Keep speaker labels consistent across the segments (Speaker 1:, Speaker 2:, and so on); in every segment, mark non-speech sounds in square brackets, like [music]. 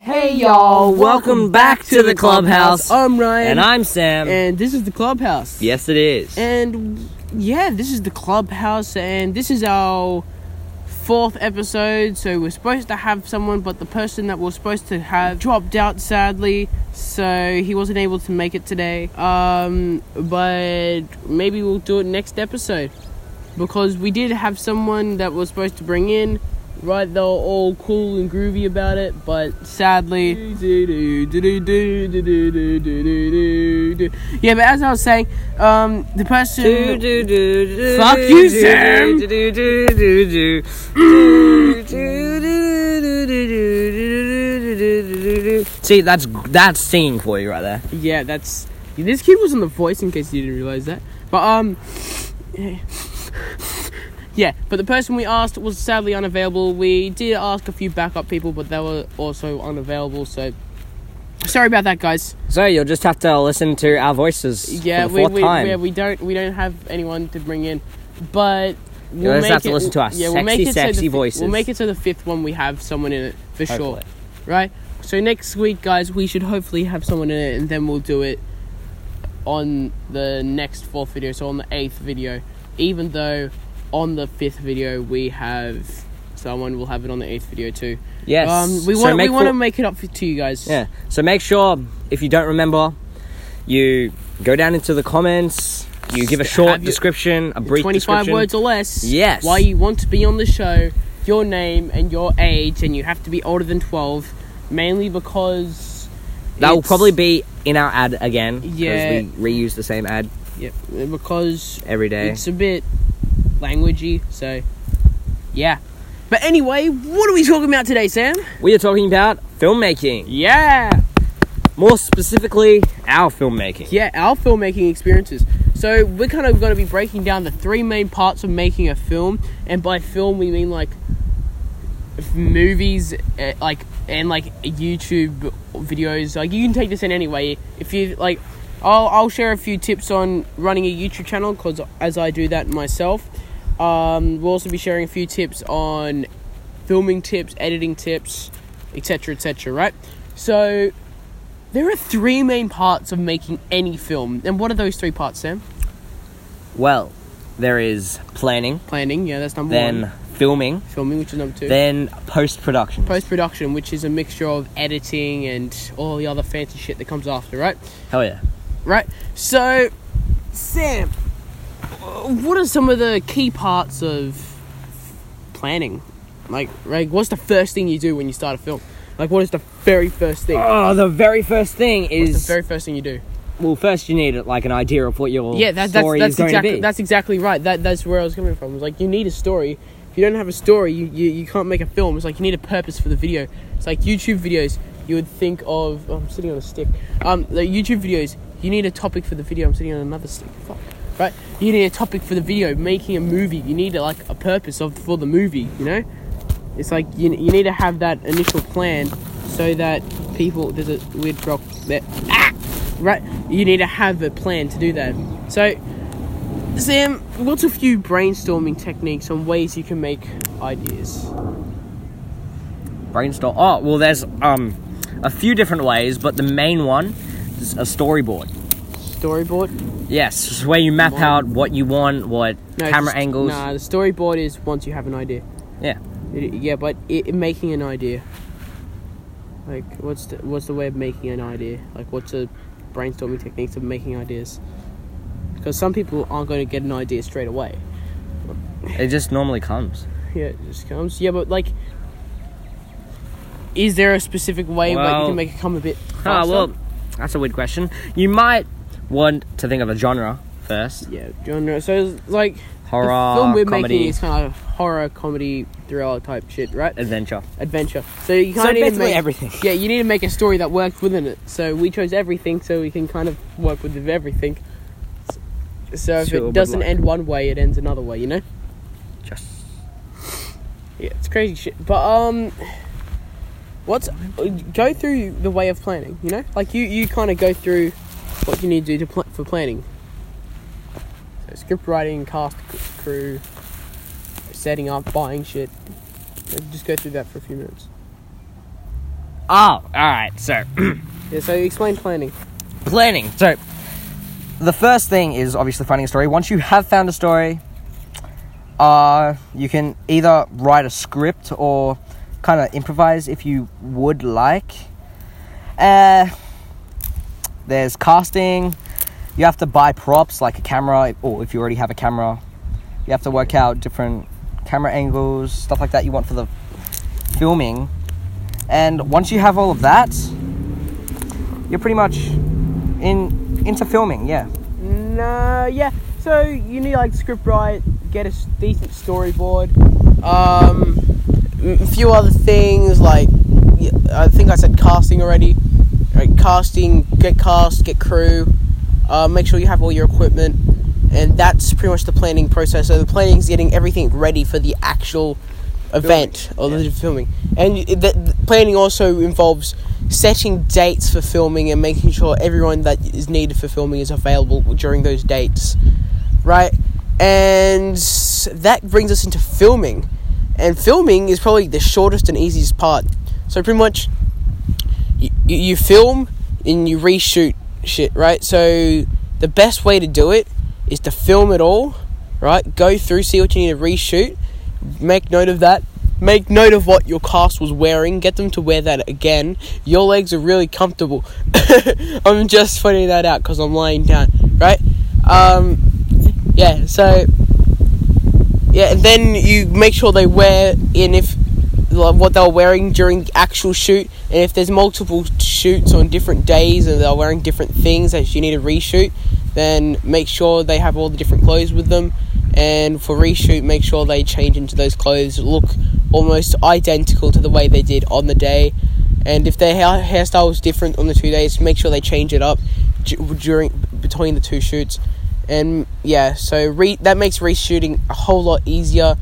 Speaker 1: Hey y'all,
Speaker 2: Welcome back to the clubhouse.
Speaker 1: I'm Ryan,
Speaker 2: And I'm Sam.
Speaker 1: and this is the clubhouse.
Speaker 2: yes, it is.
Speaker 1: and yeah, this is the clubhouse, and this is our fourth episode. So we're supposed to have someone, but the person that we're supposed to have dropped out sadly, so he wasn't able to make it today. Um, but maybe we'll do it next episode because we did have someone that we're supposed to bring in. Right, they're all cool and groovy about it, but sadly. Yeah, but as I was saying, um, the person.
Speaker 2: Do, do, do, do,
Speaker 1: Fuck
Speaker 2: do,
Speaker 1: you,
Speaker 2: do,
Speaker 1: Sam.
Speaker 2: do, do, do, do, do. Do, do, do, do, do, do, do, do, do, do, do. See, that's that's singing for you right there.
Speaker 1: Yeah, that's this kid was on the voice in case you didn't realize that. But um [laughs] Yeah, but the person we asked was sadly unavailable. We did ask a few backup people, but they were also unavailable, so sorry about that guys.
Speaker 2: So you'll just have to listen to our voices
Speaker 1: Yeah,
Speaker 2: for the fourth
Speaker 1: we, we
Speaker 2: time.
Speaker 1: yeah, we don't we don't have anyone to bring in. But we'll
Speaker 2: just
Speaker 1: make
Speaker 2: have to
Speaker 1: it-
Speaker 2: listen to our
Speaker 1: yeah, we'll make
Speaker 2: sexy,
Speaker 1: it so the
Speaker 2: sexy
Speaker 1: fi-
Speaker 2: voices.
Speaker 1: We'll make it so the fifth one we have someone in it for sure.
Speaker 2: Hopefully.
Speaker 1: right? So next week, guys, we should hopefully have someone in it, and then we'll do it on the next fourth video. So on the eighth video, even though on the fifth video we have someone, we'll have it on the eighth video too.
Speaker 2: Yes.
Speaker 1: Um, we
Speaker 2: So
Speaker 1: want
Speaker 2: make
Speaker 1: we want to
Speaker 2: for-
Speaker 1: make it up for, to you guys.
Speaker 2: Yeah. So make sure if you don't remember, you go down into the comments. You give a short
Speaker 1: Have your-
Speaker 2: description, a brief
Speaker 1: twenty-five
Speaker 2: description.
Speaker 1: words or less.
Speaker 2: Yes.
Speaker 1: Why you want to be on the show, your name and your age, and you have to be older than twelve, mainly because
Speaker 2: That will
Speaker 1: it's-
Speaker 2: probably be in our ad again.
Speaker 1: Yeah.
Speaker 2: Because we reuse the same ad
Speaker 1: yeah, because
Speaker 2: every day.
Speaker 1: It's a bit languagey, so yeah. But anyway, what are we talking about today, Sam?
Speaker 2: We are talking about filmmaking.
Speaker 1: Yeah,
Speaker 2: More specifically, our filmmaking.
Speaker 1: yeah, our filmmaking experiences. So we're kind of going to be breaking down the three main parts of making a film, and by film we mean like f- movies, eh, like and like YouTube videos. Like you can take this in any way. If you like, I'll I'll share a few tips on running a YouTube channel because as I do that myself. Um, we'll also be sharing a few tips on filming tips, editing tips, etc., etc. Right? So there are three main parts of making any film, and what are those three parts, Sam?
Speaker 2: Well, there is planning,
Speaker 1: Planning, yeah, that's number
Speaker 2: then
Speaker 1: one.
Speaker 2: filming,
Speaker 1: Filming, which is number two.
Speaker 2: then post production.
Speaker 1: Post production, which is a mixture of editing and all the other fancy shit that comes after, right?
Speaker 2: Hell yeah.
Speaker 1: Right. So, Sam, uh, what are some of the key parts of planning? Like, like, what's the first thing you do when you start a film? Like, what is the very first thing?
Speaker 2: Oh, the very first thing
Speaker 1: What's
Speaker 2: is
Speaker 1: Uh, the very first thing you do?
Speaker 2: well, first you need like an idea of what your
Speaker 1: Yeah, that, that's
Speaker 2: story
Speaker 1: that's
Speaker 2: is going
Speaker 1: exactly
Speaker 2: to be.
Speaker 1: that's exactly right. That that's where I was coming from. It's like you need a story. If you don't have a story, you, you, you can't make a film. It's like you need a purpose for the video. It's like YouTube videos. You would think of oh, I'm sitting on a stick. Um, the YouTube videos. You need a topic for the video. I'm sitting on another stick. Fuck. Right. You need a topic for the video. Making a movie. You need a, like a purpose of for the movie. You know. It's like you, you need to have that initial plan so that people there's a weird drop there. Ah! Right, you need to have a plan to do that. So, Sam, what's a few brainstorming techniques on ways you can make ideas?
Speaker 2: brainstorm. Oh, well, there's um a few different ways, but the main one is a storyboard.
Speaker 1: Storyboard?
Speaker 2: Yes, it's where you map
Speaker 1: Wow.
Speaker 2: out what you want, what camera
Speaker 1: just-
Speaker 2: angles.
Speaker 1: Nah, the storyboard is once you have an idea.
Speaker 2: Yeah.
Speaker 1: It- yeah, but it, making an idea. Like, what's the what's the way of making an idea? Like, what's the brainstorming techniques of making ideas? Because some people aren't going to get an idea straight away.
Speaker 2: It just normally comes.
Speaker 1: Yeah, it just comes. Yeah, but like, is there a specific way where you
Speaker 2: Well-
Speaker 1: can make it come a bit?
Speaker 2: Ah,
Speaker 1: faster?
Speaker 2: well, that's a weird question. You might want to think of a genre first.
Speaker 1: Yeah, genre. So it's like
Speaker 2: Horror,
Speaker 1: the film we're making
Speaker 2: comedy,
Speaker 1: is kind of horror, comedy, thriller type shit, right?
Speaker 2: adventure.
Speaker 1: Adventure. So you
Speaker 2: So
Speaker 1: kind of need to
Speaker 2: basically
Speaker 1: make
Speaker 2: everything.
Speaker 1: Yeah, you need to make a story that works within it. So we chose everything, so we can kind of work with everything. So if
Speaker 2: Sure,
Speaker 1: it
Speaker 2: but
Speaker 1: doesn't
Speaker 2: like-
Speaker 1: end one way, it ends another way. You know?
Speaker 2: Just
Speaker 1: Yeah, it's crazy shit. But um, what's go through the way of planning? You know, like you you kind of go through what you need to do to pl- for planning. So script writing, cast c- crew, setting up, buying shit. Just go through that for a few minutes.
Speaker 2: Oh, all right. So,
Speaker 1: Yeah, so explain planning.
Speaker 2: planning. So, the first thing is obviously finding a story. Once you have found a story, uh, you can either write a script or kind of improvise if you would like. Uh, there's casting. You have to buy props like a camera, or if you already have a camera, you have to work out different camera angles, stuff like that you want for the filming. And once you have all of that, you're pretty much in into filming, yeah.
Speaker 1: No, yeah. So you need like script write, get a s- decent storyboard, um, m- a few other things like y- I think I said casting already. Right, casting, get cast, get crew. Uh, make sure you have all your equipment, and that's pretty much the planning process. So the planning is getting everything ready for the actual event or the filming. And y- the, the planning also involves setting dates for filming and making sure everyone that is needed for filming is available during those dates, right? And that brings us into filming. And filming is probably the shortest and easiest part. So pretty much you, you film and you reshoot shit, right? So the best way to do it is to film it all, right? Go through, see what you need to reshoot, make note of that. Make note of what your cast was wearing. Get them to wear that again. Your legs are really comfortable. [laughs] I'm just finding that out because I'm lying down, right? Um, yeah. So yeah, and then you make sure they wear in if like, what they're wearing during the actual shoot, and if there's multiple shoots on different days and they're wearing different things that you need to reshoot, then make sure they have all the different clothes with them. And for reshoot, make sure they change into those clothes, look almost identical to the way they did on the day. And if their hair- hairstyle is different on the two days, make sure they change it up d- during between the two shoots and yeah, so re- that makes reshooting a whole lot easier,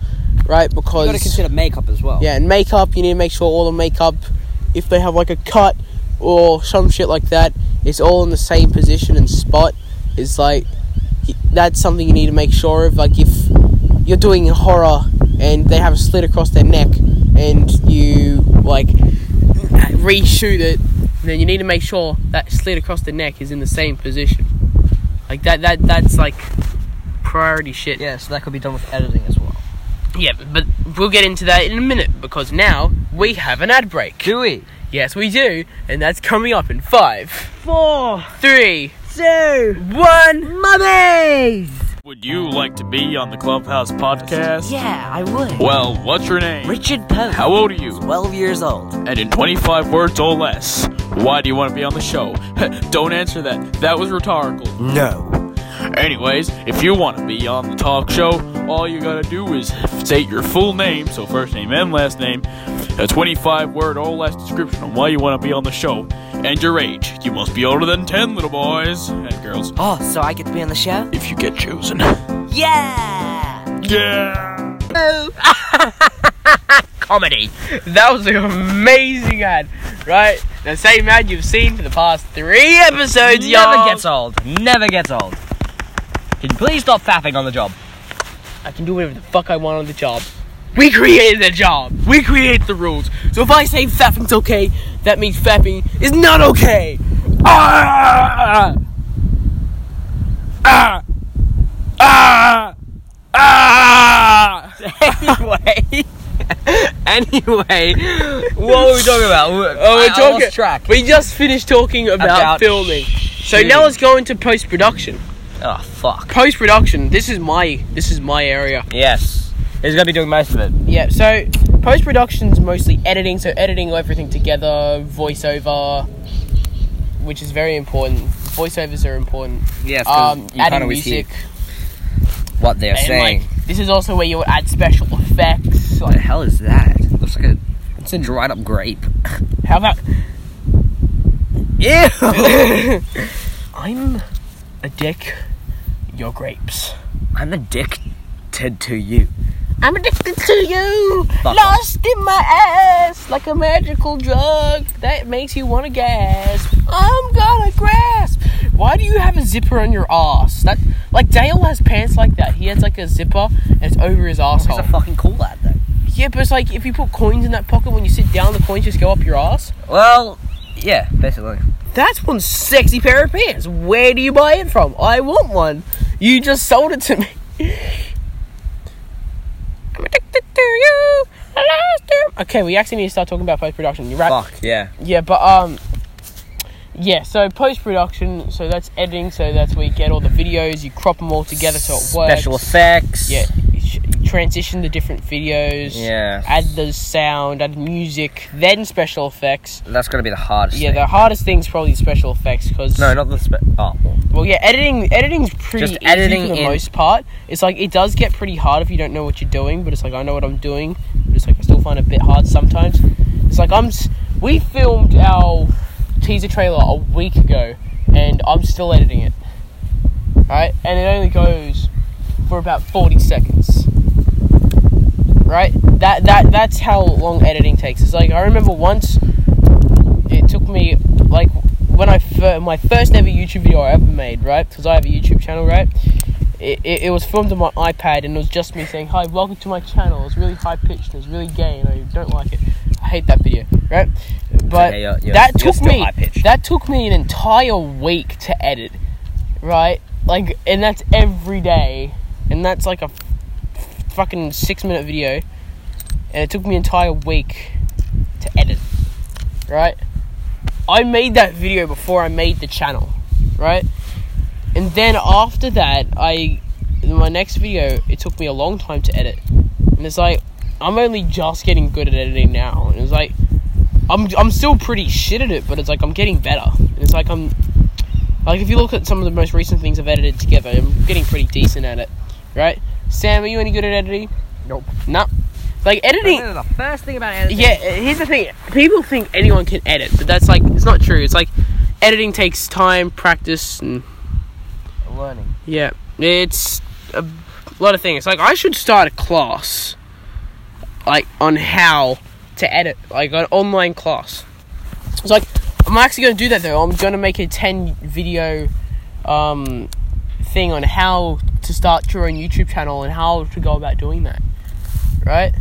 Speaker 1: right?
Speaker 2: You gotta
Speaker 1: Because
Speaker 2: consider makeup as well.
Speaker 1: yeah, and makeup you need to make sure all the makeup, if they have like a cut or some shit like that, it's all in the same position and spot. It's like y- that's something you need to make sure of. Like if you're doing horror and they have a slit across their neck and you like reshoot it, then you need to make sure that slit across the neck is in the same position. Like that that that's like priority shit.
Speaker 2: Yeah, so that could be done with editing as well.
Speaker 1: Yeah, but we'll get into that in a minute because now we have an ad break.
Speaker 2: Do we?
Speaker 1: Yes, we do, and that's coming up in five,
Speaker 2: Four,
Speaker 1: three,
Speaker 2: two,
Speaker 1: one.
Speaker 2: mummies!
Speaker 3: Would you like to be on the Clubhouse podcast?
Speaker 2: Yeah, I would.
Speaker 3: Well, what's your name?
Speaker 2: Richard Pope.
Speaker 3: How old are you?
Speaker 2: 12 years old.
Speaker 3: And in 25 words or less, why do you want to be on the show? [laughs] Don't answer that. That was rhetorical.
Speaker 2: No.
Speaker 3: Anyways, if you want to be on the talk show, all you gotta do is state your full name, so first name and last name, a 25 word or less description on why you want to be on the show, and your age. You must be older than 10, little boys and girls,
Speaker 4: Oh, so I get to be on the show?
Speaker 3: if you get chosen.
Speaker 4: Yeah!
Speaker 3: Yeah!
Speaker 1: Comedy. That was an amazing ad, right? The same ad you've seen for the past three episodes, y'all.
Speaker 2: Never gets old. Never gets old. Can you please stop fapping on the job?
Speaker 1: I can do whatever the fuck I want on the job. We created the job. We create the rules. So if I say fapping's okay, that means fapping is not okay.
Speaker 3: Ah! Ah! Ah! Ah!
Speaker 2: anyway. [laughs] anyway. What were we talking about?
Speaker 1: Oh, we're
Speaker 2: I- I
Speaker 1: talking.
Speaker 2: lost track.
Speaker 1: We just finished talking about,
Speaker 2: About
Speaker 1: filming. So
Speaker 2: shooting.
Speaker 1: now let's go into post production.
Speaker 2: Oh, fuck.
Speaker 1: Post production. This is my this is my area.
Speaker 2: Yes. He's gonna be doing most of it.
Speaker 1: Yeah. So post production's mostly editing. So editing everything together, voiceover, which is very important. Voiceovers are important.
Speaker 2: Yes,
Speaker 1: Um, adding
Speaker 2: always
Speaker 1: music.
Speaker 2: what they're
Speaker 1: And like, this is also where you would add special effects.
Speaker 2: What the hell is that? looks like a it's a dried up grape.
Speaker 1: How about
Speaker 2: Yeah. [laughs]
Speaker 1: I'm a dick. Your grapes.
Speaker 2: I'm addicted to you.
Speaker 1: I'm addicted to you,
Speaker 2: Fuck
Speaker 1: lost in my ass, like a magical drug that makes you want to gasp. I'm gonna grasp. Why do you have a zipper on your ass? That like Dale has pants like that. He has like a zipper and it's over his asshole.
Speaker 2: fucking cool ad though.
Speaker 1: Yeah, but it's like if you put coins in that pocket when you sit down, the coins just go up your ass.
Speaker 2: Well, yeah, basically.
Speaker 1: That's one sexy pair of pants. Where do you buy it from? I want one. You just sold it to me. [laughs] I'm addicted to you. I lost you. Okay, we actually need to start talking about post production. You're right.
Speaker 2: Fuck yeah.
Speaker 1: Yeah, but um, yeah. So post production, so that's editing. So that's where you get all the videos. You crop them all together so it works.
Speaker 2: Special effects.
Speaker 1: Yeah. sh- Transition the different videos.
Speaker 2: Yeah.
Speaker 1: Add the sound. Add music. Then special effects.
Speaker 2: That's gonna be the hardest.
Speaker 1: Yeah,
Speaker 2: thing.
Speaker 1: the hardest thing's probably special effects because
Speaker 2: No, not the spe- oh. well.
Speaker 1: well, yeah, editing editing's pretty
Speaker 2: Just
Speaker 1: easy
Speaker 2: editing
Speaker 1: for the
Speaker 2: in-
Speaker 1: most part. It's like it does get pretty hard if you don't know what you're doing, but it's like I know what I'm doing, but it's like I still find it a bit hard sometimes. It's like I'm s- we filmed our teaser trailer a week ago, and I'm still editing it. Right, and it only goes for about forty seconds. Right, that that that's how long editing takes. It's like I remember once it took me like when I fir- my first ever YouTube video I ever made, right? Because I have a YouTube channel, right? It, it, it was filmed on my iPad and it was just me saying, "Hi, welcome to my channel." It was really high pitched. It was really gay, and I don't like it. I hate that video, right? But
Speaker 2: okay, you're- you're-
Speaker 1: that
Speaker 2: you're
Speaker 1: took
Speaker 2: still
Speaker 1: me
Speaker 2: high-pitched.
Speaker 1: that took me an entire week to edit, right? Like, and that's every day, and that's like a f- fucking six minute video, and it took me an entire week to edit, right? I made that video before I made the channel, right? And then after that, I my next video it took me a long time to edit, and it's like I'm only just getting good at editing now, and it's like I'm I'm still pretty shit at it, but it's like I'm getting better, and it's like I'm like if you look at some of the most recent things I've edited together, I'm getting pretty decent at it, right? Sam, are you any good at editing?
Speaker 2: Nope.
Speaker 1: No. Like editing,
Speaker 2: the first thing about editing.
Speaker 1: yeah, uh, here's the thing. People think anyone can edit, but that's like it's not true. It's like editing takes time, practice, and
Speaker 2: Learning.
Speaker 1: yeah, it's a lot of things. Like I should start a class, like on how to edit, like an online class. It's like I'm actually gonna do that though. I'm gonna make a ten video um, thing on how to start your own YouTube channel and how to go about doing that. Right?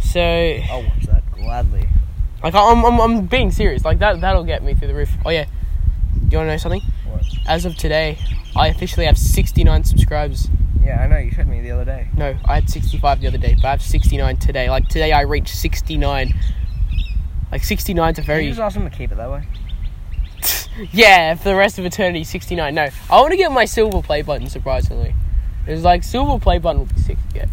Speaker 1: So
Speaker 2: I'll watch that gladly.
Speaker 1: like I'm, I'm, I'm being serious. Like that, that'll get me through the roof. Oh yeah, you wanna know something?
Speaker 2: What?
Speaker 1: As of today, I officially have 69 subscribers.
Speaker 2: Yeah, I know. You showed me the other day.
Speaker 1: No, I had 65 the other day, but I have 69 today. Like today, I reached 69. Like 69's a
Speaker 2: you
Speaker 1: very
Speaker 2: just asked him to keep it that way?
Speaker 1: yeah for the rest of eternity. 69. No, I want to get my silver play button. Surprisingly, it's like silver play button will be sick to get.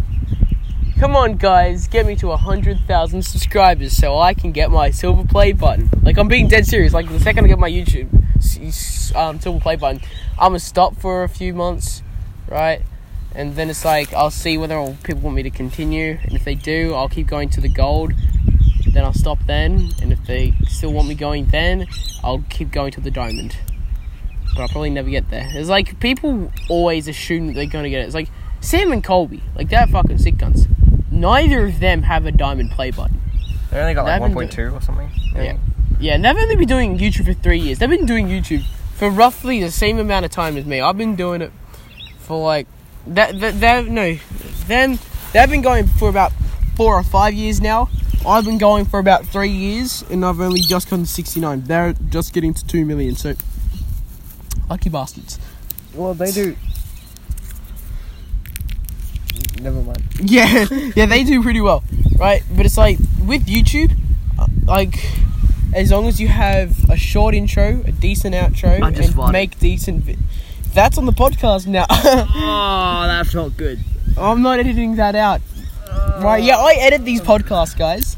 Speaker 1: Come on, guys, get me to hundred thousand subscribers so I can get my silver play button. Like I'm being dead serious. Like the second I get my YouTube s- s- um, silver play button, I'm gonna stop for a few months, right? And then it's like I'll see whether or people want me to continue. And if they do, I'll keep going to the gold. Then I'll stop then. And if they still want me going then, I'll keep going to the diamond. But I'll probably never get there. It's like people always assume that they're gonna get it. It's like Sam and Colby, like they're fucking sick guns. Neither of them have a diamond play button.
Speaker 2: They only got
Speaker 1: They
Speaker 2: like
Speaker 1: haven't
Speaker 2: 1.2 or something.
Speaker 1: Yeah. Yeah, and they've only been doing YouTube for three years. They've been doing YouTube for roughly the same amount of time as me. I've been doing it for like that. That, that no, them they've been going for about four or five years now. I've been going for about three years, and I've only just gotten sixty nine. They're just getting to two million. So lucky bastards.
Speaker 2: Well, they do. Never mind.
Speaker 1: Yeah, yeah, they do pretty well, right? But it's like with YouTube, uh, like as long as you have a short intro, a decent outro,
Speaker 2: I just
Speaker 1: and
Speaker 2: farted.
Speaker 1: make decent. Vi- that's on the podcast now. [laughs]
Speaker 2: Oh, that felt good.
Speaker 1: I'm not editing that out. Right? Yeah, I edit these podcasts, guys.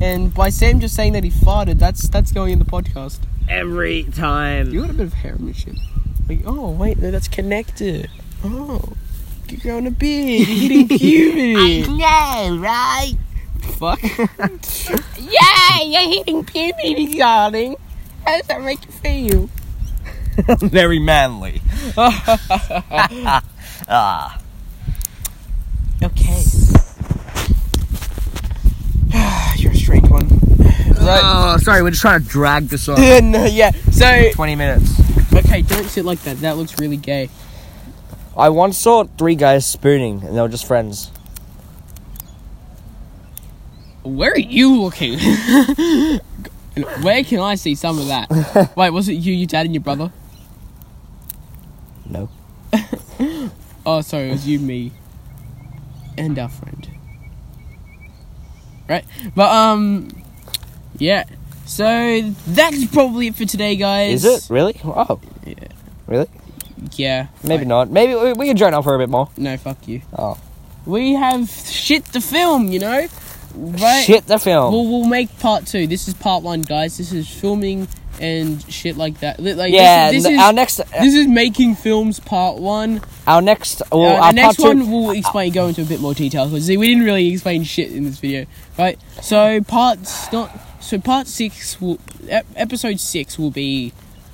Speaker 1: And by Sam just saying that he farted, that's that's going in the podcast.
Speaker 2: Every time.
Speaker 1: You got a bit of hair on your chin. Like, oh wait, no, that's connected. Oh, you're growing a beard, you're hitting [laughs] puberty.
Speaker 4: know, right?
Speaker 1: fuck. [laughs] yeah, you're hitting puberty, darling. How does that make you feel?
Speaker 2: Very manly. ah.
Speaker 1: Okay. [sighs] you're a strange one.
Speaker 2: Oh, sorry. We're just trying to drag this [laughs] on.
Speaker 1: Yeah, [laughs] no, yeah. So,
Speaker 2: 20 minutes.
Speaker 1: okay, don't sit like that. That looks really gay.
Speaker 2: I once saw three guys spooning, and they were just friends.
Speaker 1: Where are you looking? And [laughs] where can I see some of [laughs] that? Wait, was it you, your dad, and your brother?
Speaker 2: No.
Speaker 1: Oh, sorry, it was you, me, and our friend. Right, but um, yeah. So that's probably it for today, guys.
Speaker 2: Is it really? Oh.
Speaker 1: Yeah.
Speaker 2: Really?
Speaker 1: Yeah.
Speaker 2: Maybe
Speaker 1: like,
Speaker 2: not. Maybe we, we can join up for a bit more.
Speaker 1: No, fuck you.
Speaker 2: Oh.
Speaker 1: We have shit to film, you know. Right.
Speaker 2: Shit, the film.
Speaker 1: We'll, we'll make part two. This is part one, guys. This is filming and shit like that. Li- Like,
Speaker 2: yeah,
Speaker 1: This,
Speaker 2: n-
Speaker 1: this,
Speaker 2: our
Speaker 1: is,
Speaker 2: next,
Speaker 1: this is making films part one.
Speaker 2: our next, well,
Speaker 1: Uh,
Speaker 2: our
Speaker 1: the next
Speaker 2: part two-
Speaker 1: one we'll explain, go into a bit more detail because we didn't really explain shit in this video, right? So parts not so part six will ep- episode six will be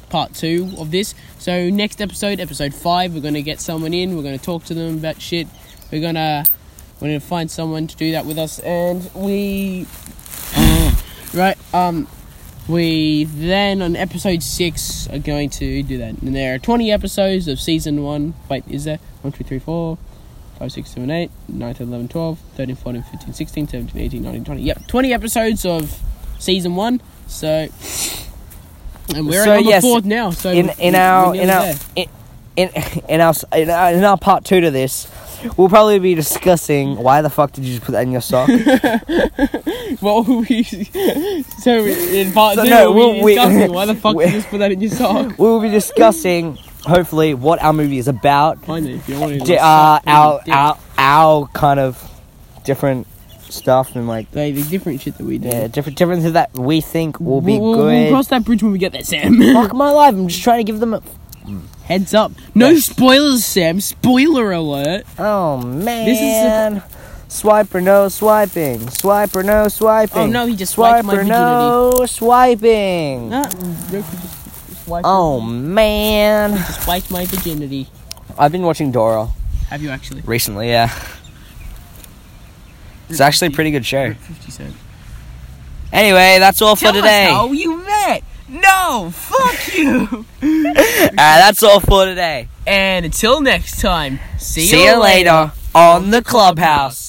Speaker 1: part two of this. So next episode, episode five, we're gonna get someone in. We're gonna talk to them about shit. We're gonna we're gonna find someone to do that with us, and
Speaker 2: [laughs]
Speaker 1: we right um. We then on episode six are going to do that. And there are twenty episodes of season one. Wait, is there? 1, 2, 3, 4, 5, 6, 7, 8, 9, 10, 11, 12, 13, 14, 15, 16, 17, 18, 19, 20. Yep, 20 episodes of season one. So, and we're
Speaker 2: So,
Speaker 1: on the
Speaker 2: yes,
Speaker 1: fourth now. So
Speaker 2: in in
Speaker 1: we're
Speaker 2: our
Speaker 1: nearly
Speaker 2: in our
Speaker 1: there. [laughs]
Speaker 2: in, in in our in our in our part two to this, we'll probably be discussing why the fuck did you just put that in
Speaker 1: [laughs]
Speaker 2: your sock?
Speaker 1: well, we [laughs] so in part
Speaker 2: So,
Speaker 1: two,
Speaker 2: no,
Speaker 1: we'll
Speaker 2: we'll-
Speaker 1: be
Speaker 2: we-
Speaker 1: discussing
Speaker 2: [laughs]
Speaker 1: why the fuck
Speaker 2: we-
Speaker 1: did you just put that in your
Speaker 2: [laughs]
Speaker 1: sock?
Speaker 2: we will be discussing hopefully what our movie is about,
Speaker 1: Find it if you want to.
Speaker 2: di- uh, our our our kind of different stuff and like
Speaker 1: the, the different shit that we do.
Speaker 2: yeah different differences that we think will be
Speaker 1: we'll, we'll- we'll
Speaker 2: good.
Speaker 1: cross that bridge when we get there, Sam. [laughs]
Speaker 2: Fuck my life! I'm just trying to give them. A-
Speaker 1: Heads up. No
Speaker 2: Yes.
Speaker 1: spoilers, Sam. Spoiler alert.
Speaker 2: oh man.
Speaker 1: This is
Speaker 2: Swipe or no swiping. Swipe or no swiping.
Speaker 1: Oh, no, he just
Speaker 2: swipe
Speaker 1: swiped my
Speaker 2: or no swiping.
Speaker 1: Ah, no, just, just wipe
Speaker 2: Oh man.
Speaker 1: Just wiped my virginity.
Speaker 2: I've been watching Dora
Speaker 1: Have you actually?
Speaker 2: recently, yeah. It's actually a pretty good show.
Speaker 1: 50 cent.
Speaker 2: Anyway, that's all for
Speaker 1: Tell us
Speaker 2: today.
Speaker 1: how you met. No, fuck
Speaker 2: [laughs]
Speaker 1: you.
Speaker 2: Alright, Uh, that's all for today.
Speaker 1: and until next time, see,
Speaker 2: See you later on the clubhouse.